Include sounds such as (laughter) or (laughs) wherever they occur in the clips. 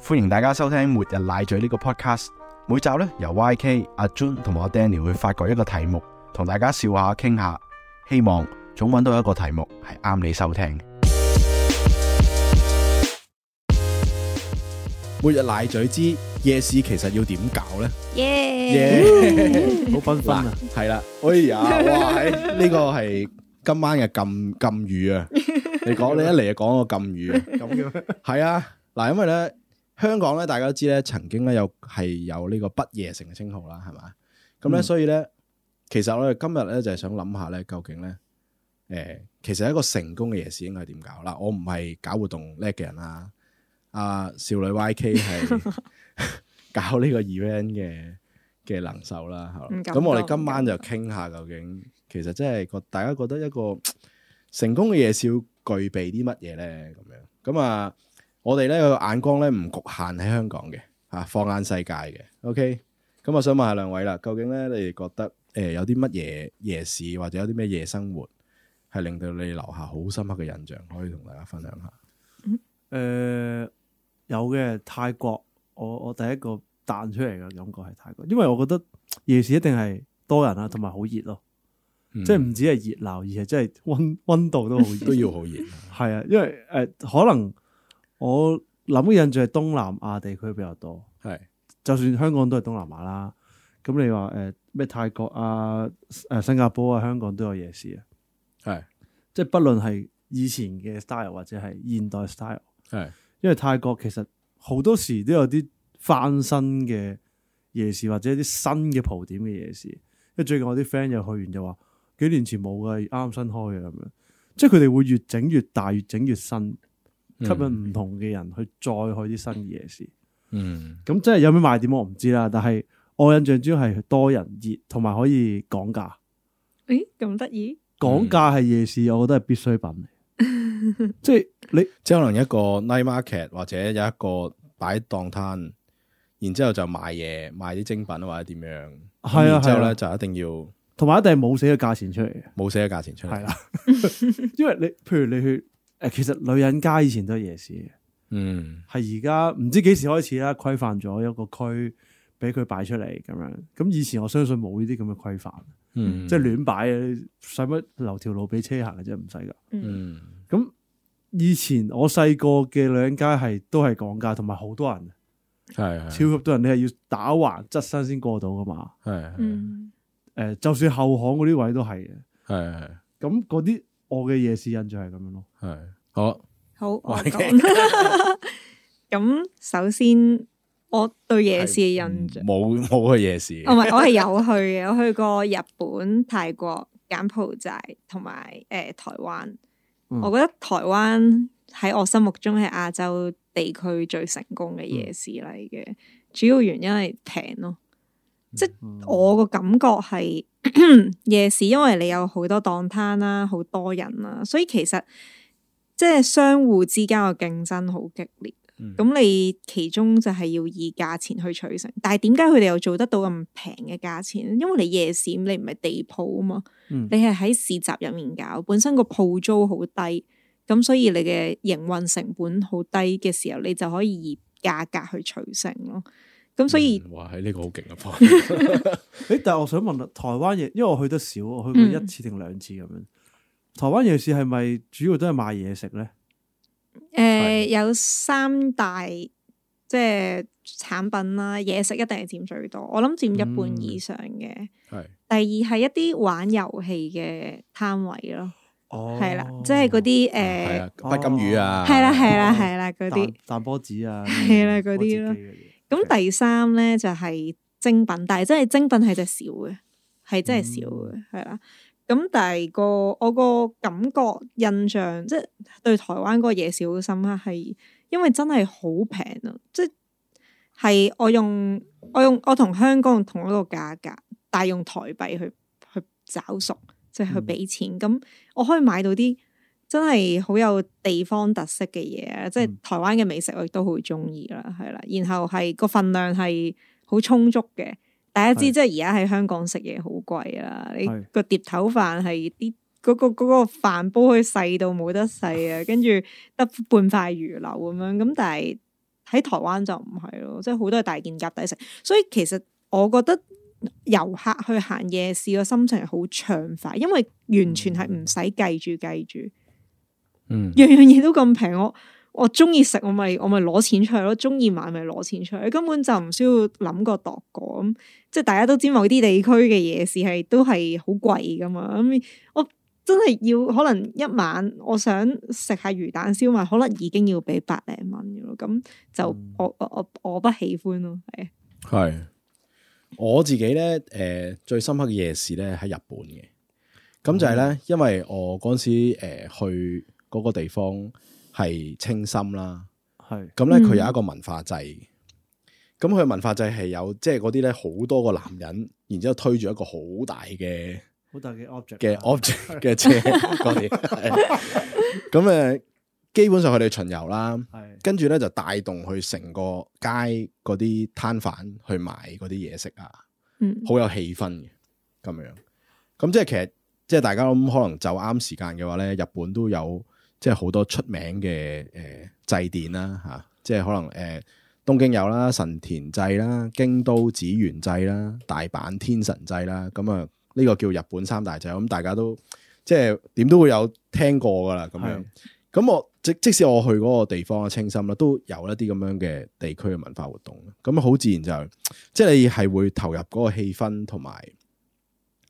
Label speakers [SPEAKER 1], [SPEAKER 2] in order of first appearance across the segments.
[SPEAKER 1] 歡迎大家收聽《末日奶嘴》呢個 podcast。每集呢，由 YK、阿 Jun 同埋阿 Danny 會發掘一個題目，同大家笑下、傾下，希望總揾到一個題目係啱你收聽。
[SPEAKER 2] 每日奶嘴之夜市其實要點搞呢？
[SPEAKER 3] 耶！
[SPEAKER 2] 耶，
[SPEAKER 4] 好
[SPEAKER 2] (laughs)
[SPEAKER 4] 繽紛啊！
[SPEAKER 2] 係啦，哎呀，哇，係呢個係今晚嘅禁禁語啊！你講你一嚟就講個禁語啊！
[SPEAKER 4] 咁嘅
[SPEAKER 2] 係啊，嗱，因為咧香港咧，大家都知咧，曾經咧有係有呢個不夜城嘅稱號啦，係嘛？咁咧，
[SPEAKER 4] 嗯
[SPEAKER 2] 所以咧，其實我哋今日咧就係想諗下咧，究竟咧，誒，其實一個成功嘅夜市應該係點搞？嗱，我唔係搞活動叻嘅人啦，阿少女 YK 係 (laughs) 搞呢個 event 嘅嘅能手啦，係嘛
[SPEAKER 3] 唔敢
[SPEAKER 2] 咁我哋
[SPEAKER 3] 當
[SPEAKER 2] 今晚就傾下究竟，其實即係個大家覺得一個成功嘅夜市要具備啲乜嘢咧？咁樣咁啊，我哋咧個眼光咧唔局限喺香港嘅嚇、啊放眼世界嘅。OK，咁啊我想問下兩位啦，究竟咧你哋覺得誒、呃有啲乜嘢夜市或者有啲咩夜生活係令到你留下好深刻嘅印象，可以同大家分享下？
[SPEAKER 4] 誒有嘅泰國，我我第一個彈出嚟嘅感覺係泰國，因為我覺得夜市一定係多人啊，同埋好熱咯，即係唔止係熱鬧，而係真係温温度嗯都好熱
[SPEAKER 2] 都。要好熱，
[SPEAKER 4] 係啊，因為誒、呃可能我諗嘅印象係東南亞地區比較多，
[SPEAKER 2] 係
[SPEAKER 4] 就算香港都係東南亞啦。咁你話誒咩泰國啊、誒、新加坡啊、香港都有夜市啊，
[SPEAKER 2] 係
[SPEAKER 4] 即係不論係以前嘅 style 或者係現代 style，
[SPEAKER 2] 係
[SPEAKER 4] 因為泰國其實好多時都有啲翻新嘅夜市或者啲新嘅蒲點嘅夜市。因為最近我啲 friend 又去完就話幾年前冇嘅，啱新開嘅咁樣，即係佢哋會越整越大，越整越新。吸引唔同嘅人去再去啲新嘅夜市。
[SPEAKER 2] 嗯
[SPEAKER 4] 咁即係有咩賣點我唔知啦，但係我印象主要係多人熱，同埋可以講價。
[SPEAKER 3] 咦，咁得意？
[SPEAKER 4] 講價
[SPEAKER 2] 嗯
[SPEAKER 4] 係夜市，我覺得係必需品嚟。
[SPEAKER 2] (laughs)
[SPEAKER 4] 即係你
[SPEAKER 2] 即係可能一個 night market 或者有一個擺檔攤，然之後就賣嘢賣啲精品或者點樣，
[SPEAKER 4] 係啊
[SPEAKER 2] 然之後
[SPEAKER 4] 係
[SPEAKER 2] 咧
[SPEAKER 4] 啊
[SPEAKER 2] 就一定要。
[SPEAKER 4] 同埋一定係冇死嘅價錢出嚟嘅，
[SPEAKER 2] 冇寫嘅價錢出
[SPEAKER 4] 係
[SPEAKER 2] 嚟。
[SPEAKER 4] 啦。
[SPEAKER 2] (laughs)
[SPEAKER 4] 因為你譬如你去誒，其實女人街以前都係夜市嘅，
[SPEAKER 2] 嗯
[SPEAKER 4] 係而家唔知幾時開始啦，規範咗一個區俾佢擺出嚟咁樣。咁以前我相信冇呢啲咁嘅規範，
[SPEAKER 2] 嗯
[SPEAKER 4] 即係亂擺嘅，使乜留條路俾車行嘅啊啫，唔使㗎。
[SPEAKER 2] 嗯
[SPEAKER 4] 咁以前我細個嘅女人街係都係講價，同埋好多人，
[SPEAKER 2] 嗯係
[SPEAKER 4] 超級多人，你係要打橫側身先過到噶嘛？
[SPEAKER 2] 係
[SPEAKER 3] 嗯，
[SPEAKER 4] 誒、就算後巷嗰啲位都係嘅。
[SPEAKER 2] 係
[SPEAKER 4] 咁嗰啲我嘅夜市印象係咁樣咯。
[SPEAKER 2] 係好
[SPEAKER 3] 好，啊我
[SPEAKER 2] 哇
[SPEAKER 3] 講。 (laughs) 咁首先，我對夜市嘅印象，
[SPEAKER 2] 冇冇去夜市
[SPEAKER 3] 哦唔係，我係有去嘅，我去過日本、泰國、柬埔寨同埋誒台灣。
[SPEAKER 4] 嗯
[SPEAKER 3] 我覺得台灣喺我心目中係亞洲地區最成功嘅夜市嚟嘅，主要原因係平咯。
[SPEAKER 4] 嗯
[SPEAKER 3] 我個感覺係 (clears throat) 夜市，因為你有好多檔攤啦，好多人啦，所以其實即係相互之間嘅競爭好激烈。咁、
[SPEAKER 2] 嗯
[SPEAKER 3] 你其中就係要以價錢去取勝，但係點解佢哋又做得到咁平嘅價錢？因為你夜市你唔係地鋪啊嘛，
[SPEAKER 4] 嗯
[SPEAKER 3] 你係喺市集入面搞，本身個鋪租好低，咁所以你嘅營運成本好低嘅時候，你就可以以價格去取勝咯。咁所以
[SPEAKER 2] 嗯哇，喺呢個好勁嘅方
[SPEAKER 3] (laughs)
[SPEAKER 4] 誒，但係我想問啦，台灣夜，因為我去得少，我去
[SPEAKER 3] 嗯
[SPEAKER 4] 過一次定兩次咁樣。台灣夜市係咪主要都係賣嘢食咧？
[SPEAKER 3] 誒、呃有三大即係產品啦，嘢食一定係佔最多，我諗佔一半以上嘅。
[SPEAKER 2] 係
[SPEAKER 3] 嗯第二係一啲玩遊戲嘅攤位咯，
[SPEAKER 4] 哦
[SPEAKER 3] 係啦、即係嗰
[SPEAKER 2] 係
[SPEAKER 3] 啲誒，
[SPEAKER 2] 啊，不金魚啊，
[SPEAKER 3] 哦係哦啦係啦係啦嗰
[SPEAKER 4] 彈
[SPEAKER 3] 啲。
[SPEAKER 4] 彈波子啊，
[SPEAKER 3] (laughs) 係啦嗰啲咯
[SPEAKER 4] 波子機嗰啲。
[SPEAKER 3] 咁第三咧就係精品，但係真係精品係真係少嘅，係真係少嘅，係啦。咁但係個我個感覺印象，即係對台灣嗰個夜市好深刻，係因為真係好平啊！即係我用我用我同香港同一個價格，但係用台幣去去找數，即係去
[SPEAKER 4] 嗯
[SPEAKER 3] 俾錢。咁、我可以買到啲真係好有地方特色嘅嘢啊！即係
[SPEAKER 4] 嗯
[SPEAKER 3] 台灣嘅美食，我亦都好中意啦，係啦。然後係個份量係好充足嘅。大家知
[SPEAKER 4] 係
[SPEAKER 3] 即係而家喺香港食嘢好貴啦，你
[SPEAKER 4] 係
[SPEAKER 3] 個碟頭飯係啲嗰個嗰、個飯
[SPEAKER 4] (laughs)
[SPEAKER 3] 煲佢細到冇得細啊，跟住得半塊魚柳咁樣。咁但係喺台灣就唔係咯，即係好多係大件夾抵食，所以其實我覺得遊客去行夜市個心情係好暢快，因為完全係唔使計住計住，
[SPEAKER 2] 嗯，
[SPEAKER 3] 樣樣嘢都咁平，我我中意食我咪我咪攞錢出去咯，中意買咪攞錢出去，根本就唔需要諗過度過咁。即係大家都知某啲地區嘅夜市係都係好貴噶嘛，咁我真係要可能一晚我想食下魚蛋燒賣，可能已經要俾百零蚊嘅咯，咁就我我我我不喜歡咯，係啊
[SPEAKER 2] 系我自己咧，诶、最深刻嘅夜市咧喺日本嘅，咁就係咧，因為我嗰阵时诶、呃去嗰個地方係清心啦，
[SPEAKER 4] 係
[SPEAKER 2] 咁咧
[SPEAKER 3] 嗯
[SPEAKER 2] 佢有一個文化祭嘅，咁佢文化祭係有即係嗰啲咧好多個男人，然之后推住一個好大嘅。
[SPEAKER 4] 好大嘅 object
[SPEAKER 2] 嘅
[SPEAKER 4] 啊
[SPEAKER 2] object 嘅車嗰啲，係咁誒基本上佢哋巡遊啦，
[SPEAKER 4] 係
[SPEAKER 2] 跟住咧就帶動去成個街嗰啲攤販去賣嗰啲嘢食啊，
[SPEAKER 3] 嗯
[SPEAKER 2] 好有氣氛嘅咁樣。咁即係其實即係大家咁可能就啱時間嘅話咧，日本都有即係好多出名嘅誒、呃祭典啦嚇、即係可能誒、呃、東京有啦、神田祭啦、京都紫園祭啦、大阪天神祭啦，咁啊呢個叫日本三大祭，咁大家都即係點都會有聽過噶啦咁樣
[SPEAKER 4] 係。
[SPEAKER 2] 咁我即即使我去嗰個地方啊，清心啦，都有一啲咁樣嘅地區嘅文化活動。咁好自然就係即係你係會投入嗰個氣氛，同埋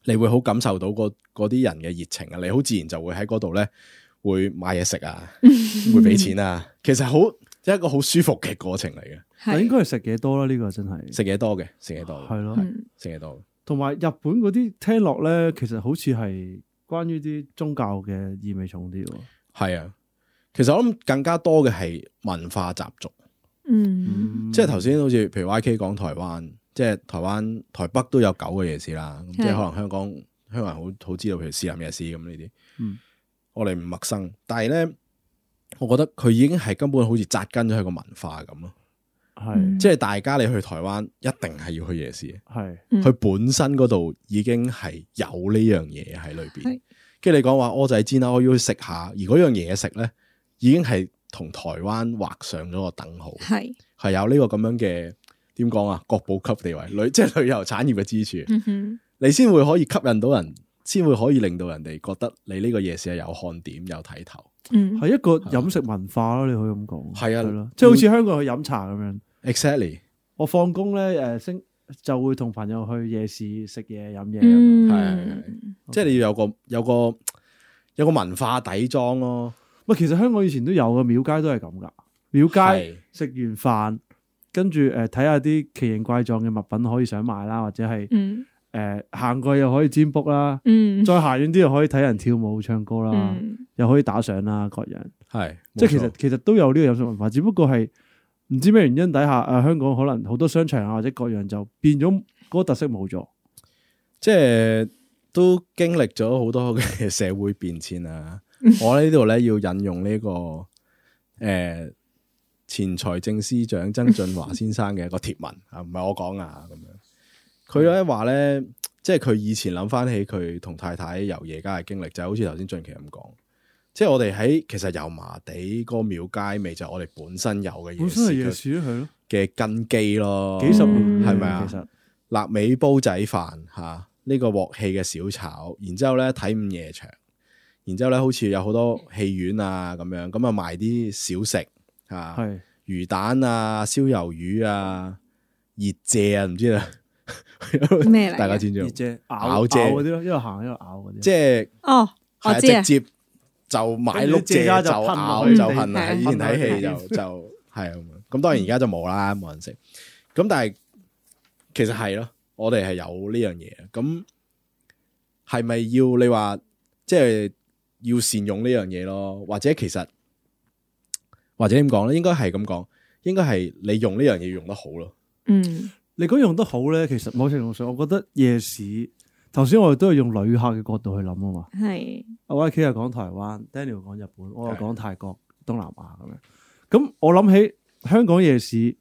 [SPEAKER 2] 你會好感受到嗰嗰啲人嘅熱情啊！你好自然就會喺嗰度咧會買嘢食啊，會俾錢啊。其實好即係一個好舒服嘅過程嚟嘅，
[SPEAKER 4] 但應
[SPEAKER 3] 係
[SPEAKER 4] 該係食嘢多啦，呢個真係
[SPEAKER 2] 食嘢多嘅，食嘢多嘅，
[SPEAKER 4] 係咯。
[SPEAKER 3] 嗯
[SPEAKER 2] 食嘢多
[SPEAKER 4] 同埋日本嗰啲聽落咧，其實好似係關於啲宗教嘅意味重啲喎。
[SPEAKER 2] 嘅，係啊。其實我諗更加多嘅係文化習俗。
[SPEAKER 3] 嗯
[SPEAKER 2] 即係頭先好似譬如 YK 講台灣，即係台灣台北都有九個夜市啦，咁即係
[SPEAKER 3] 係
[SPEAKER 2] 可能香港香港人好好知道，譬如士林夜市咁呢啲，
[SPEAKER 4] 嗯
[SPEAKER 2] 我哋唔陌生。但係咧，我覺得佢已經係根本好似扎根咗佢個文化咁咯。
[SPEAKER 4] 係
[SPEAKER 3] 嗯
[SPEAKER 2] 即係大家你去台灣一定係要去夜市嘅，
[SPEAKER 4] 係
[SPEAKER 3] 嗯
[SPEAKER 2] 佢、本身嗰度已經係有呢樣嘢喺裏邊
[SPEAKER 3] 係。
[SPEAKER 2] 跟住你講話我就係煎啦，我要去食下，而嗰樣嘢食咧已經係同台灣畫上咗個等號。
[SPEAKER 3] 係
[SPEAKER 2] 係有呢個咁樣嘅點講啊，國寶級地位，旅 (laughs) 即係旅遊產業嘅支柱，
[SPEAKER 3] 嗯哼
[SPEAKER 2] 你先會可以吸引到人，先會可以令到人哋覺得你呢個夜市係有看點、有睇頭。
[SPEAKER 3] 嗯
[SPEAKER 4] 係一個飲食文化咯，你可以咁講。
[SPEAKER 2] 係啊
[SPEAKER 4] 係咯，即係好似香港去飲茶咁樣。
[SPEAKER 2] Exactly，
[SPEAKER 4] 我放工咧，誒星就會同朋友去夜市食嘢飲嘢咁樣。
[SPEAKER 2] 係係係
[SPEAKER 3] 嗯
[SPEAKER 4] 哦
[SPEAKER 2] 即係你要有個有個有個文化底裝咯。
[SPEAKER 4] 喂，其實香港以前都有嘅，廟街都係咁噶。廟街
[SPEAKER 2] 係
[SPEAKER 4] 食完飯，跟住誒睇下啲奇形怪狀嘅物品可以想買啦，或者係
[SPEAKER 3] 嗯
[SPEAKER 4] 誒行過又可以占卜啦，
[SPEAKER 3] 嗯
[SPEAKER 4] 再行遠啲又可以睇人跳舞唱歌啦。
[SPEAKER 3] 嗯
[SPEAKER 4] 又可以打賞啦，各樣，
[SPEAKER 2] 係，
[SPEAKER 4] 即係
[SPEAKER 2] 冇
[SPEAKER 4] 其
[SPEAKER 2] 錯
[SPEAKER 4] 實其實都有呢個飲食文化，只不過係唔知咩原因底下，啊香港可能好多商場啊或者各樣就變咗嗰個特色冇咗，
[SPEAKER 2] 即係都經歷咗好多嘅 (laughs) 社會變遷啦。
[SPEAKER 4] 嗯
[SPEAKER 2] 我呢度咧要引用呢、個诶、呃前財政司長曾俊華先生嘅一個貼文啊，唔係我講啊咁樣。佢咧話咧，即係佢以前諗翻起佢同太太遊夜街嘅經歷，就好似頭先俊奇咁講。即係我哋喺其實油麻地嗰個廟街味就係我哋本身有嘅
[SPEAKER 4] 本身係夜
[SPEAKER 2] 夜市
[SPEAKER 4] 市咯，係咯，
[SPEAKER 2] 嘅根基咯，
[SPEAKER 4] 幾十年
[SPEAKER 3] 嗯
[SPEAKER 2] 係咪啊
[SPEAKER 4] 其實
[SPEAKER 2] 腊味煲仔飯吓，呢、個鑊氣嘅小炒，然之后咧睇午夜場，然之后咧好似有好多戲院啊咁樣，咁啊賣啲小食吓、啊，
[SPEAKER 4] 係
[SPEAKER 2] 魚蛋啊、燒魷魚啊、熱蔗啊，唔知啦，
[SPEAKER 3] 嗯咩嚟㗎
[SPEAKER 2] 大家知唔
[SPEAKER 4] 熱
[SPEAKER 2] 知道？
[SPEAKER 4] 蔗
[SPEAKER 2] 咬
[SPEAKER 4] 咬咬
[SPEAKER 2] 蔗
[SPEAKER 4] 嗰啲咯，一路行一路咬嗰啲，
[SPEAKER 2] 即係
[SPEAKER 3] 哦，我知
[SPEAKER 2] 係
[SPEAKER 3] 啊，
[SPEAKER 2] 直接就買
[SPEAKER 4] 跟住
[SPEAKER 2] 碌
[SPEAKER 4] 啲
[SPEAKER 2] 蔗
[SPEAKER 4] 蔗渣
[SPEAKER 2] 就
[SPEAKER 4] 就噴
[SPEAKER 2] 咬
[SPEAKER 4] 落
[SPEAKER 3] 去
[SPEAKER 2] 就
[SPEAKER 3] 地
[SPEAKER 2] 恨啦，
[SPEAKER 3] 係
[SPEAKER 2] 以前睇戲
[SPEAKER 4] 噴落
[SPEAKER 2] 就就係咁樣。咁當然而家就冇啦，冇人食。咁但係其實係咯，我哋係有呢樣嘢。咁係咪要你話即係要善用呢樣嘢咯？或者其實或者點講咧？應該係咁講，應該係你用呢樣嘢用得好咯。
[SPEAKER 3] 嗯
[SPEAKER 4] 你講用得好咧，其實某程度上，我覺得夜市頭先我哋都係用旅客嘅角度去諗啊嘛。
[SPEAKER 3] 係
[SPEAKER 4] 阿 YK 又講台灣，Daniel 講日本，我又講泰國、東南亞咁樣。咁我諗起香港夜市，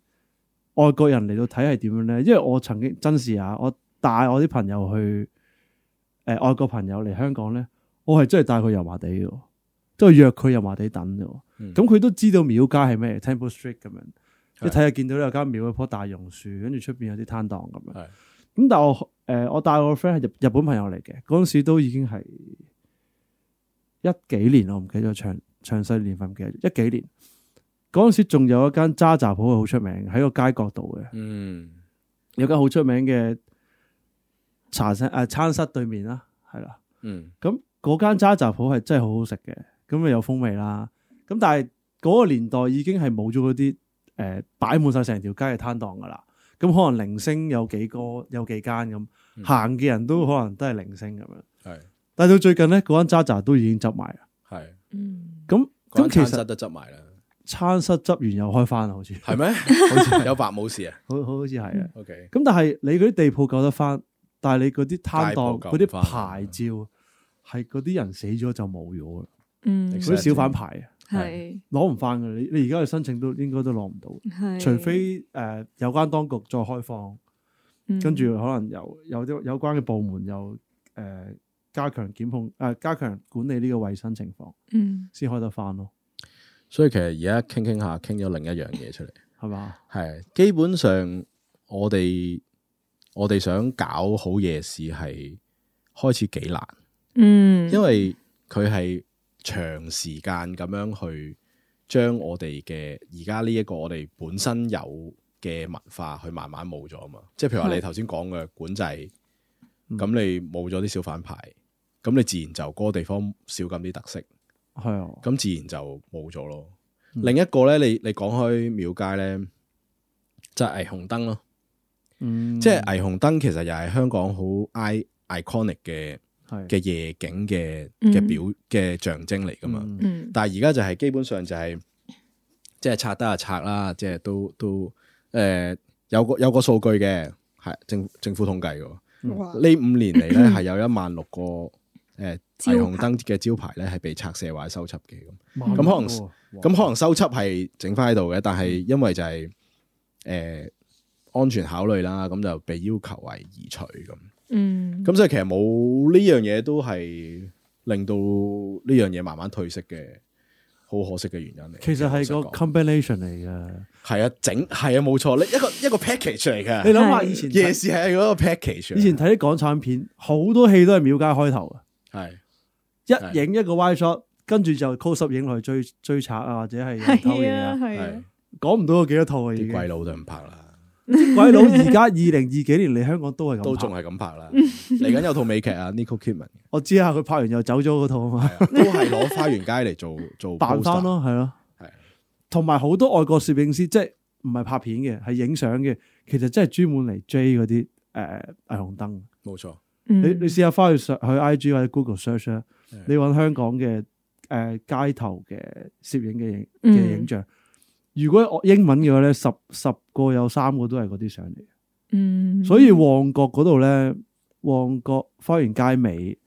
[SPEAKER 4] 外國人嚟到睇係點樣咧？因為我曾經真事啊，我帶我啲朋友去誒、呃外國朋友嚟香港咧，我係真係帶佢油麻地嘅喎，即係約佢油麻地等嘅喎。
[SPEAKER 2] 嗯
[SPEAKER 4] 咁佢、都知道廟街係咩 Temple Street 咁樣，一睇就見到有間廟有棵大榕樹，跟住出邊有啲攤檔咁樣。
[SPEAKER 2] 係
[SPEAKER 4] 咁但係我誒、呃我帶我個 friend 係日日本朋友嚟嘅，嗰陣時都已經係一幾年，我唔記得咗詳詳細年份唔記得咗，一幾年嗰陣時仲有一間渣雜鋪係好出名，喺個街角度嘅，
[SPEAKER 2] 嗯，
[SPEAKER 4] 有間好出名嘅茶室誒、呃餐室對面啦，係啦。
[SPEAKER 2] 嗯，
[SPEAKER 4] 咁嗰間渣雜鋪係真係好好食嘅，咁啊有風味啦。咁但係嗰個年代已經係冇咗嗰啲誒擺滿晒成條街嘅攤檔噶啦。咁可能零星有幾個有幾間咁
[SPEAKER 2] 嗯
[SPEAKER 4] 行嘅人都可能都係零星咁樣。
[SPEAKER 2] 係
[SPEAKER 4] 但係到最近咧，嗰間渣雜都已經執埋啦。
[SPEAKER 2] 係，
[SPEAKER 3] Ừ, 嗯，
[SPEAKER 4] 咁
[SPEAKER 2] 咁
[SPEAKER 4] 咁
[SPEAKER 2] 其
[SPEAKER 4] 其
[SPEAKER 2] 實
[SPEAKER 4] 實
[SPEAKER 2] 都執埋啦，
[SPEAKER 4] 餐室執完又開翻啦，好似
[SPEAKER 2] 係咩？ (laughs) 好似有白冇事啊
[SPEAKER 4] 好好似係啊。
[SPEAKER 2] ？OK，
[SPEAKER 4] 咁但係你嗰啲地鋪救得翻，但係你嗰啲攤
[SPEAKER 2] 街鋪
[SPEAKER 4] 檔
[SPEAKER 2] 救
[SPEAKER 4] 嗰
[SPEAKER 2] 唔
[SPEAKER 4] 啲
[SPEAKER 2] 返
[SPEAKER 4] 牌照係嗰啲人死咗就冇咗啦，
[SPEAKER 3] 嗯，
[SPEAKER 4] 嗰啲
[SPEAKER 2] Exactly
[SPEAKER 4] 小販牌啊。
[SPEAKER 3] 係
[SPEAKER 4] 攞唔翻嘅，你你而家去申請都應該都攞唔到，
[SPEAKER 3] 係，
[SPEAKER 4] 除非誒、呃有關當局再開放，
[SPEAKER 3] 嗯
[SPEAKER 4] 跟住可能有有啲有關嘅部門又誒、呃加強檢控誒、呃加強管理呢個衞生情況，
[SPEAKER 3] 嗯
[SPEAKER 4] 先開得翻咯，
[SPEAKER 2] 所以其實而家傾傾下，傾咗另一樣嘢出嚟。
[SPEAKER 4] 係嘛？
[SPEAKER 2] 系基本上我哋我哋想搞好夜市係開始幾難，
[SPEAKER 3] 嗯，
[SPEAKER 2] 因為佢係長時間咁樣去將我哋嘅而家呢一個我哋本身有嘅文化去慢慢冇咗啊嘛。即係譬如話你
[SPEAKER 3] 係
[SPEAKER 2] 頭先講嘅管制，咁
[SPEAKER 4] 嗯
[SPEAKER 2] 你冇咗啲小販牌，咁你自然就嗰個地方少咁啲特色。
[SPEAKER 4] 係啊，
[SPEAKER 2] 咁自然就冇咗咯。
[SPEAKER 4] 嗯
[SPEAKER 2] 另一個咧，你你講開廟街咧，就係、霓虹燈咯。
[SPEAKER 4] 嗯，
[SPEAKER 2] 即係霓虹燈其實又係香港好 i iconic 嘅
[SPEAKER 4] 係
[SPEAKER 2] 嘅夜景嘅
[SPEAKER 3] 嗯
[SPEAKER 2] 嘅表嘅象徵嚟噶嘛。
[SPEAKER 4] 嗯
[SPEAKER 3] 嗯
[SPEAKER 2] 但係而家就係基本上就係、即係拆得就拆啦，即係都都誒、呃有個有個數據嘅，係政政府統計嘅喎。
[SPEAKER 3] 哇
[SPEAKER 2] 呢五年嚟咧係有一萬六個誒、呃、
[SPEAKER 3] 招牌
[SPEAKER 2] 霓虹燈嘅招牌咧係被拆卸或者修葺嘅咁。咁
[SPEAKER 4] 萬
[SPEAKER 2] 可能
[SPEAKER 4] 六喎
[SPEAKER 2] 咁可
[SPEAKER 4] 哇
[SPEAKER 2] 能修葺係整翻喺度嘅，但
[SPEAKER 4] 嗯
[SPEAKER 2] 係因為就係、誒、安全考慮啦，咁就被要求係移除咁。
[SPEAKER 3] 嗯
[SPEAKER 2] 咁所以其實冇呢樣嘢都係令到呢樣嘢慢慢退色嘅，好可惜嘅原因嚟。
[SPEAKER 4] 其實係個
[SPEAKER 2] 老實講
[SPEAKER 4] combination 嚟嘅，
[SPEAKER 2] 係啊，整係啊，冇錯，呢一個一個 package 嚟
[SPEAKER 4] 你
[SPEAKER 2] 嘅。
[SPEAKER 4] 諗下以前
[SPEAKER 2] 夜
[SPEAKER 4] 睇
[SPEAKER 2] 市係嗰個 package 嚟嘅。
[SPEAKER 4] 以前睇啲港產片，好多戲都係廟街開頭啊。
[SPEAKER 2] 係
[SPEAKER 4] 一影一個 Y shot，跟住就 close up 影落去追追賊啊，或者
[SPEAKER 3] (laughs)
[SPEAKER 4] 係人偷
[SPEAKER 3] 係
[SPEAKER 4] 嘢
[SPEAKER 3] 啊
[SPEAKER 4] 啊，
[SPEAKER 3] 係啊
[SPEAKER 2] 係，
[SPEAKER 4] 講唔到有幾多套啊已
[SPEAKER 2] 啲
[SPEAKER 4] 經。
[SPEAKER 2] 鬼佬就唔拍啦，
[SPEAKER 4] 鬼佬而家二零二幾年嚟香港都係
[SPEAKER 2] 都
[SPEAKER 4] 咁
[SPEAKER 2] 仲
[SPEAKER 4] 拍，
[SPEAKER 2] 係咁拍
[SPEAKER 3] (laughs)
[SPEAKER 2] 啦。嚟緊有套美劇啊，Nicole Kidman
[SPEAKER 4] 我知啊，佢拍完又走咗嗰套啊嘛，
[SPEAKER 2] 係啊都係攞花園街嚟做做
[SPEAKER 4] 扮
[SPEAKER 2] poster
[SPEAKER 4] 翻咯，係咯
[SPEAKER 2] 係，
[SPEAKER 4] 同埋好多外國攝影師即係唔係拍片嘅，係影相嘅，其實真係專門嚟追嗰啲誒霓虹燈。
[SPEAKER 2] 冇錯，
[SPEAKER 3] 你
[SPEAKER 4] 你你試下翻去上去 IG 或者 Google search 啊
[SPEAKER 2] 嗯係，
[SPEAKER 4] 你揾香港嘅誒、呃街頭嘅攝影嘅影
[SPEAKER 2] 嗯
[SPEAKER 4] 嘅影像。如果我英文嘅話咧，十十個有三個都係嗰啲相嚟。
[SPEAKER 3] 嗯，
[SPEAKER 4] 所以旺角嗰度咧，旺角花園街尾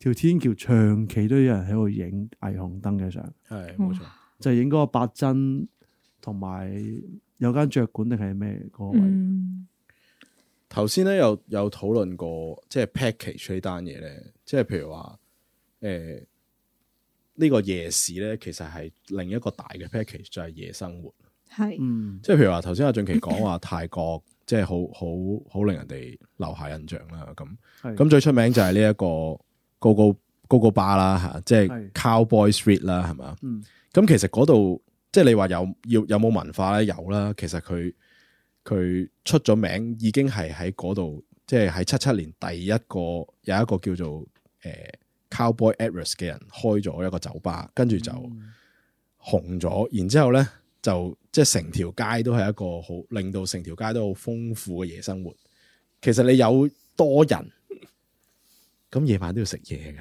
[SPEAKER 4] 條天橋長期都有人喺度影霓虹燈嘅相，
[SPEAKER 2] 係冇錯。
[SPEAKER 4] 就係影嗰個八珍同埋有間雀館定係咩嗰個
[SPEAKER 3] Ừ.
[SPEAKER 4] 位。
[SPEAKER 3] 嗯
[SPEAKER 2] 頭先咧有有討論過，即係 package 呢單嘢咧，即係譬如話誒呢個夜市咧，其實係另一個大嘅 package 就係夜生活。
[SPEAKER 3] 係
[SPEAKER 4] 嗯，
[SPEAKER 2] 即係譬如話頭先阿俊奇講話泰國，即係好好好令人哋留下印象啦。咁
[SPEAKER 4] 係
[SPEAKER 2] 咁最出名就係呢一個 Go Go Go Go Bar 啦嚇，即係
[SPEAKER 4] 係
[SPEAKER 2] Cowboy Street 啦，係嘛？
[SPEAKER 4] 嗯
[SPEAKER 2] 咁其實嗰度即係你話有要有冇文化咧？有啦，其實佢佢出咗名已經係喺嗰度，即係喺七七年第一個有一個叫做誒、呃 Cowboy Atlas 嘅人開咗一個酒吧，跟住就紅咗，然之後咧就即係成條街都係一個好令到成條街都好豐富嘅夜生活。其實你有多人，咁夜晚都要食嘢㗎，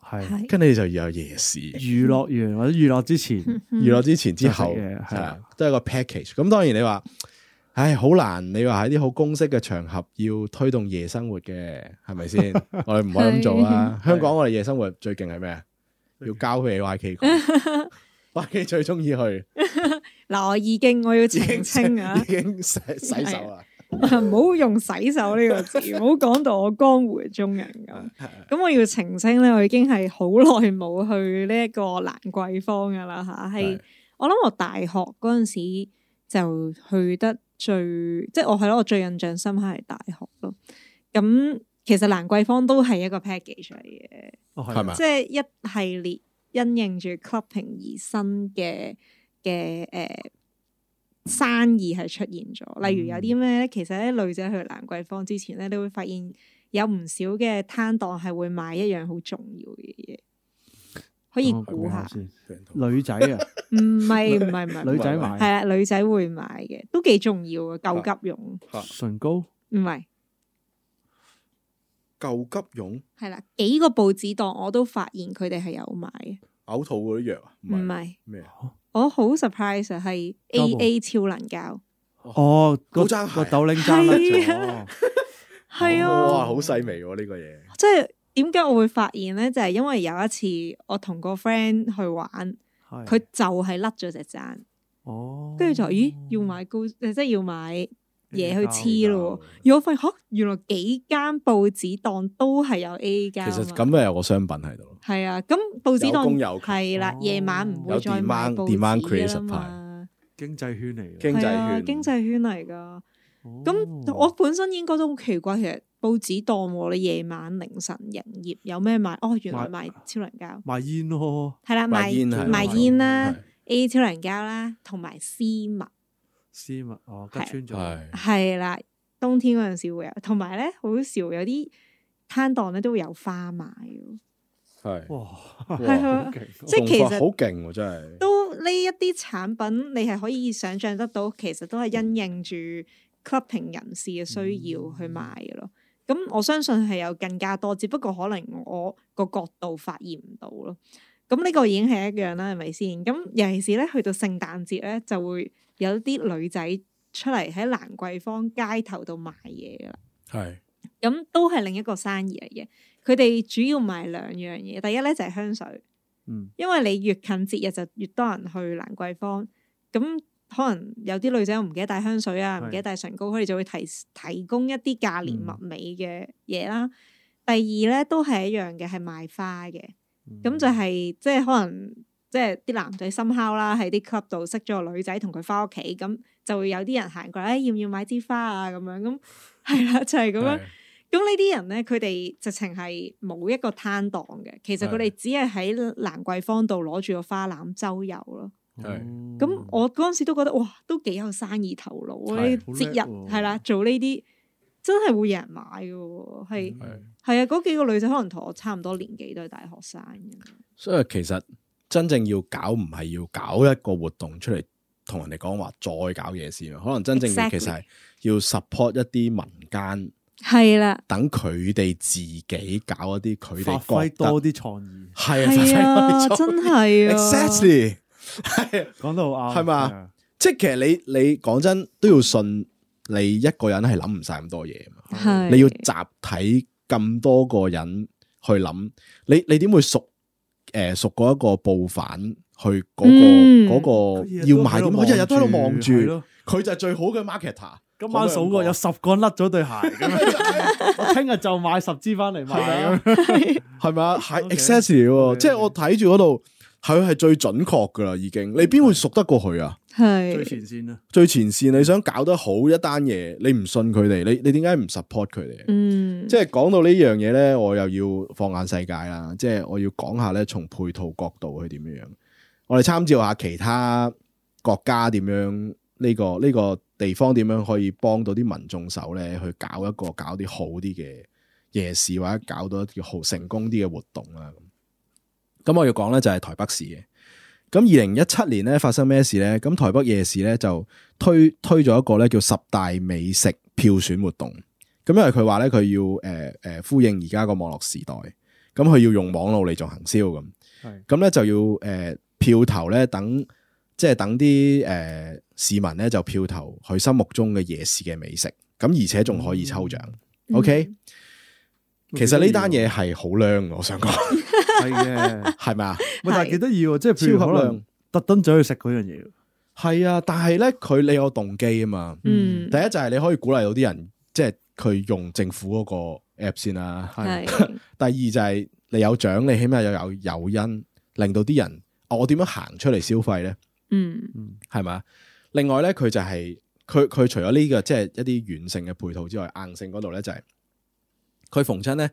[SPEAKER 4] 係
[SPEAKER 3] 係
[SPEAKER 2] 跟住你就要有夜市。
[SPEAKER 4] 娛樂園或者娛樂之前，
[SPEAKER 3] 嗯 Ừ.
[SPEAKER 2] 娛樂之前之後
[SPEAKER 4] 就食嘢
[SPEAKER 2] 係啦
[SPEAKER 4] 係啊，
[SPEAKER 2] 都係個 package。咁當然你話，唉，好難。你話喺啲好公式嘅場合要推動夜生活嘅，係咪先？我哋唔可以咁做啦。香港我哋夜生活最勁係咩啊？要交俾 YK 講，YK 最中意去，
[SPEAKER 3] 嗱，我已經我要
[SPEAKER 2] 已經
[SPEAKER 3] 澄清啊
[SPEAKER 2] (laughs) 已，經洗洗手啊啦。
[SPEAKER 3] (laughs) 唔好用洗手呢個字，唔好講到我江湖中人
[SPEAKER 2] À.
[SPEAKER 3] 咁。咁我要澄清咧，我已經係好耐冇 à 去呢一個蘭桂坊噶啦吓，係
[SPEAKER 2] 係
[SPEAKER 3] 我諗我大學嗰陣時就去得最，即係我係咯，我最印象深刻係大學咯。咁其實蘭桂坊都係一個 package 嚟嘅，
[SPEAKER 4] 哦
[SPEAKER 2] 係咪
[SPEAKER 4] 係
[SPEAKER 2] 啊
[SPEAKER 3] 即係一系列因應住 clubbing 而新嘅嘅誒生意係出現咗。例如有啲咩咧，其實咧女仔去蘭桂坊之前咧，你會發現有唔少嘅攤檔係會賣一樣好重要嘅嘢，可以
[SPEAKER 4] 等我
[SPEAKER 3] 估下
[SPEAKER 4] 講。先
[SPEAKER 2] 病毒
[SPEAKER 4] 女仔啊，
[SPEAKER 2] (laughs)
[SPEAKER 3] 唔係唔係唔係，
[SPEAKER 4] 女仔
[SPEAKER 3] 係
[SPEAKER 4] 買
[SPEAKER 3] 啦，女仔會買嘅，都幾重要啊，救急用唔
[SPEAKER 4] 唇膏，
[SPEAKER 3] 係
[SPEAKER 2] 救急用
[SPEAKER 3] 係啦，幾個報紙檔我都發現佢哋係有賣嘅，
[SPEAKER 2] 嘔吐嗰啲藥啊？唔
[SPEAKER 3] 唔
[SPEAKER 2] 係
[SPEAKER 3] 係
[SPEAKER 2] 咩？
[SPEAKER 3] 我好 surprise 啊係 A A 超能膠，
[SPEAKER 4] 哦，個
[SPEAKER 2] 高踭鞋啊
[SPEAKER 4] 個豆領爭甩
[SPEAKER 3] 係啊
[SPEAKER 4] 咗，
[SPEAKER 3] 係
[SPEAKER 2] 哇，
[SPEAKER 3] 啊，
[SPEAKER 2] 好細微喎呢個嘢。
[SPEAKER 3] 即係點解我會發現咧？就係因為有一次我同個 friend 去玩，
[SPEAKER 4] 哦係
[SPEAKER 3] 佢就係甩咗隻踭，
[SPEAKER 4] 哦，
[SPEAKER 3] 跟住就咦要買高，即係要買嘢去黐咯喎。
[SPEAKER 2] 其
[SPEAKER 3] 而我發現嚇，原來幾間報紙檔都係有 A A 膠啊嘛。
[SPEAKER 2] 實咁都有個商品喺度。
[SPEAKER 3] 係啊，咁報紙
[SPEAKER 2] 有供
[SPEAKER 3] 檔
[SPEAKER 2] 有求
[SPEAKER 3] 係啦
[SPEAKER 4] 哦，
[SPEAKER 3] 夜晚唔會
[SPEAKER 2] 有
[SPEAKER 3] 再買
[SPEAKER 2] demand-
[SPEAKER 3] 報
[SPEAKER 2] demand
[SPEAKER 3] 紙啦
[SPEAKER 2] creation
[SPEAKER 3] 嘛，
[SPEAKER 4] 經濟圈嚟嘅，
[SPEAKER 2] 經濟
[SPEAKER 3] 係啊
[SPEAKER 2] 圈
[SPEAKER 3] 經濟圈嚟噶。咁
[SPEAKER 4] 哦
[SPEAKER 3] 我本身應該都好奇怪，其實報紙檔喎，你夜晚凌晨營業有咩賣？哦，原來賣超能膠，
[SPEAKER 4] 賣煙咯，
[SPEAKER 3] 係啦，
[SPEAKER 2] 賣
[SPEAKER 3] 賣
[SPEAKER 2] 煙係
[SPEAKER 3] 賣煙啦
[SPEAKER 2] 係
[SPEAKER 3] ，A 超能膠啦，同埋絲襪
[SPEAKER 4] 絲襪哦，吉
[SPEAKER 3] 係
[SPEAKER 4] 穿咗，
[SPEAKER 2] 係
[SPEAKER 3] 係啦，冬天嗰陣時會有，同埋咧好少有啲攤檔咧都會有花賣喎，
[SPEAKER 2] 係
[SPEAKER 4] 哇，好
[SPEAKER 3] 係啊。
[SPEAKER 4] 勁，
[SPEAKER 3] 即係其實
[SPEAKER 2] 仲發好勁喎，真係。
[SPEAKER 3] 都呢一啲產品，你係可以想像得到，其實都係因應住 clubbing 人士嘅需要去賣嘅咯。咁我相信係有更加多，只不過可能我個角度發現唔到咯。咁呢個已經係一樣啦，係咪先？咁尤其是咧，去到聖誕節咧，就會有啲女仔出嚟喺蘭桂坊街頭度賣嘢㗎啦。
[SPEAKER 2] 係
[SPEAKER 3] 咁都係另一個生意嚟嘅。佢哋主要賣兩樣嘢，第一咧就係香水。
[SPEAKER 4] 嗯，
[SPEAKER 3] 因為你越近節日就越多人去蘭桂坊，咁可能有啲女仔唔記得帶香水啊，
[SPEAKER 4] 係
[SPEAKER 3] 唔記得帶唇膏，佢哋就會提提供一啲價廉物美嘅嘢啦。第二咧都係一樣嘅，係賣花嘅，
[SPEAKER 4] 嗯
[SPEAKER 3] 咁就係、即係可能即係啲男仔深烤啦，喺啲 club 度識咗個女仔，同佢翻屋企，咁就會有啲人行過嚟，哎要唔要買支花啊咁樣，咁係啦，就係、咁樣。
[SPEAKER 2] 係
[SPEAKER 3] 咁呢啲人咧，佢哋直情係冇一個攤檔嘅，其實佢哋只係喺蘭桂坊度攞住個花籃周遊咯。
[SPEAKER 4] 嗯係
[SPEAKER 3] 咁、我嗰陣時都覺得哇，都幾有生意頭腦啊！呢
[SPEAKER 4] 好
[SPEAKER 3] 啲節
[SPEAKER 4] 叻
[SPEAKER 3] 日
[SPEAKER 4] 喎
[SPEAKER 3] 係啦，做呢啲真係會有人買嘅喎，
[SPEAKER 4] 嗯
[SPEAKER 3] 係
[SPEAKER 2] 係
[SPEAKER 3] 係啊！嗰幾個女仔可能同我差唔多年紀，都係大學生嘅。
[SPEAKER 2] 所以其實真正要搞唔係要搞一個活動出嚟同人哋講話再搞夜市嘛，可能真正要
[SPEAKER 3] Exactly
[SPEAKER 2] 其實係要 support 一啲民間，
[SPEAKER 3] 係啦，
[SPEAKER 2] 等佢哋自己搞一啲佢
[SPEAKER 4] 發
[SPEAKER 2] 哋
[SPEAKER 4] 揮
[SPEAKER 2] 覺得
[SPEAKER 4] 多啲創意，
[SPEAKER 2] 係啊，
[SPEAKER 3] 係啊，
[SPEAKER 2] 發揮多啲
[SPEAKER 3] 真係啊
[SPEAKER 2] exactly 係啊
[SPEAKER 4] 講得好啱，
[SPEAKER 2] 係嘛
[SPEAKER 4] 係啊？
[SPEAKER 2] 即係其實你你講真都要信你一個人係諗唔晒咁多嘢嘛。
[SPEAKER 3] 係
[SPEAKER 2] 你要集體咁多個人去諗，你你點會熟诶、呃熟過一個暴犯去嗰、個
[SPEAKER 3] 嗯
[SPEAKER 2] 嗰、個
[SPEAKER 4] 佢日日
[SPEAKER 2] 要
[SPEAKER 4] 都
[SPEAKER 2] 賣
[SPEAKER 4] 喺
[SPEAKER 2] 點？啊佢日
[SPEAKER 4] 度
[SPEAKER 2] 日都喺度望
[SPEAKER 4] 係
[SPEAKER 2] 住，
[SPEAKER 4] 咯
[SPEAKER 2] 佢就係最好嘅 (laughs) marketer。
[SPEAKER 4] 今晚數過有十個甩咗對鞋咁
[SPEAKER 3] (laughs)
[SPEAKER 2] 啊
[SPEAKER 4] 樣，我聽日就買十支翻嚟賣咁樣。
[SPEAKER 2] 係咪啊？係
[SPEAKER 4] OK，
[SPEAKER 2] excess 喎，
[SPEAKER 4] OK，
[SPEAKER 2] 即係我睇住嗰度，佢係最準確噶啦，已經。你邊會熟得過佢啊？
[SPEAKER 3] 係
[SPEAKER 4] 最前線啊，
[SPEAKER 2] 最前線你想搞得好一單嘢，你唔信佢哋，你你點解唔 support 佢哋？
[SPEAKER 3] 嗯，
[SPEAKER 2] 即係講到呢樣嘢咧，我又要放眼世界啦，即係我要講下咧，從配套角度去點樣樣。我哋參照下其他國家點樣呢、個呢、個地方點樣可以幫到啲民眾手咧，去搞一個搞啲好啲嘅夜市，或者搞到一啲好成功啲嘅活動啦。咁咁我要講咧就係台北市嘅。咁二零一七年咧發生咩事咧？咁台北夜市咧就推推咗一個咧叫十大美食票選活動。咁因為佢話咧，佢要誒誒、呃呼應而家個網絡時代，咁佢要用網絡嚟做行銷咁，
[SPEAKER 4] 係
[SPEAKER 2] 咁咧就要誒、呃票投咧，等即係等啲誒、呃市民咧就票投佢心目中嘅夜市嘅美食，咁而且仲可以抽獎。
[SPEAKER 3] 嗯
[SPEAKER 2] OK，其實呢單嘢係好靚嘅，我想講
[SPEAKER 3] (laughs)
[SPEAKER 4] 係嘅，
[SPEAKER 2] 係咪啊？
[SPEAKER 4] 喂，但係幾得意喎，即係譬如
[SPEAKER 2] 超級
[SPEAKER 4] 可
[SPEAKER 2] 靚
[SPEAKER 4] 能特登走去食嗰樣嘢，
[SPEAKER 2] (laughs) 係啊，但係咧佢你有動機啊嘛。
[SPEAKER 3] 嗯
[SPEAKER 2] 第一就係你可以鼓勵到啲人，即係佢用政府嗰個 app 先啦。
[SPEAKER 3] 係
[SPEAKER 2] 第二就係你有獎，你起碼又有誘因，令到啲人，哦我點樣行出嚟消費咧？
[SPEAKER 3] 嗯
[SPEAKER 2] 係咪啊另外咧，佢就係佢佢除咗呢、個即係一啲軟性嘅配套之外，硬性嗰度咧就係佢逢親咧，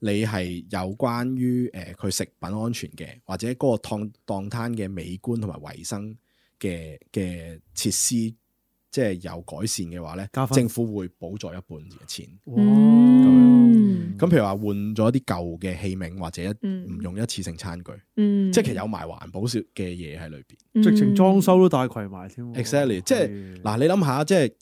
[SPEAKER 2] 你係有關於誒佢食品安全嘅，或者嗰個檔檔攤嘅美觀同埋衞生嘅嘅設施，即係有改善嘅話咧
[SPEAKER 4] 加，分
[SPEAKER 2] 政府會補助一半嘅錢。
[SPEAKER 3] 嗯
[SPEAKER 2] 咁譬如話換咗啲舊嘅器皿或者一
[SPEAKER 3] 嗯
[SPEAKER 2] 唔用一次性餐具，
[SPEAKER 3] 嗯，
[SPEAKER 2] 即係其實有埋環保少嘅嘢喺裏邊。
[SPEAKER 3] 嗯
[SPEAKER 4] 直情裝修都帶攜埋添喎。
[SPEAKER 2] Exactly，即係嗱，你諗下，即係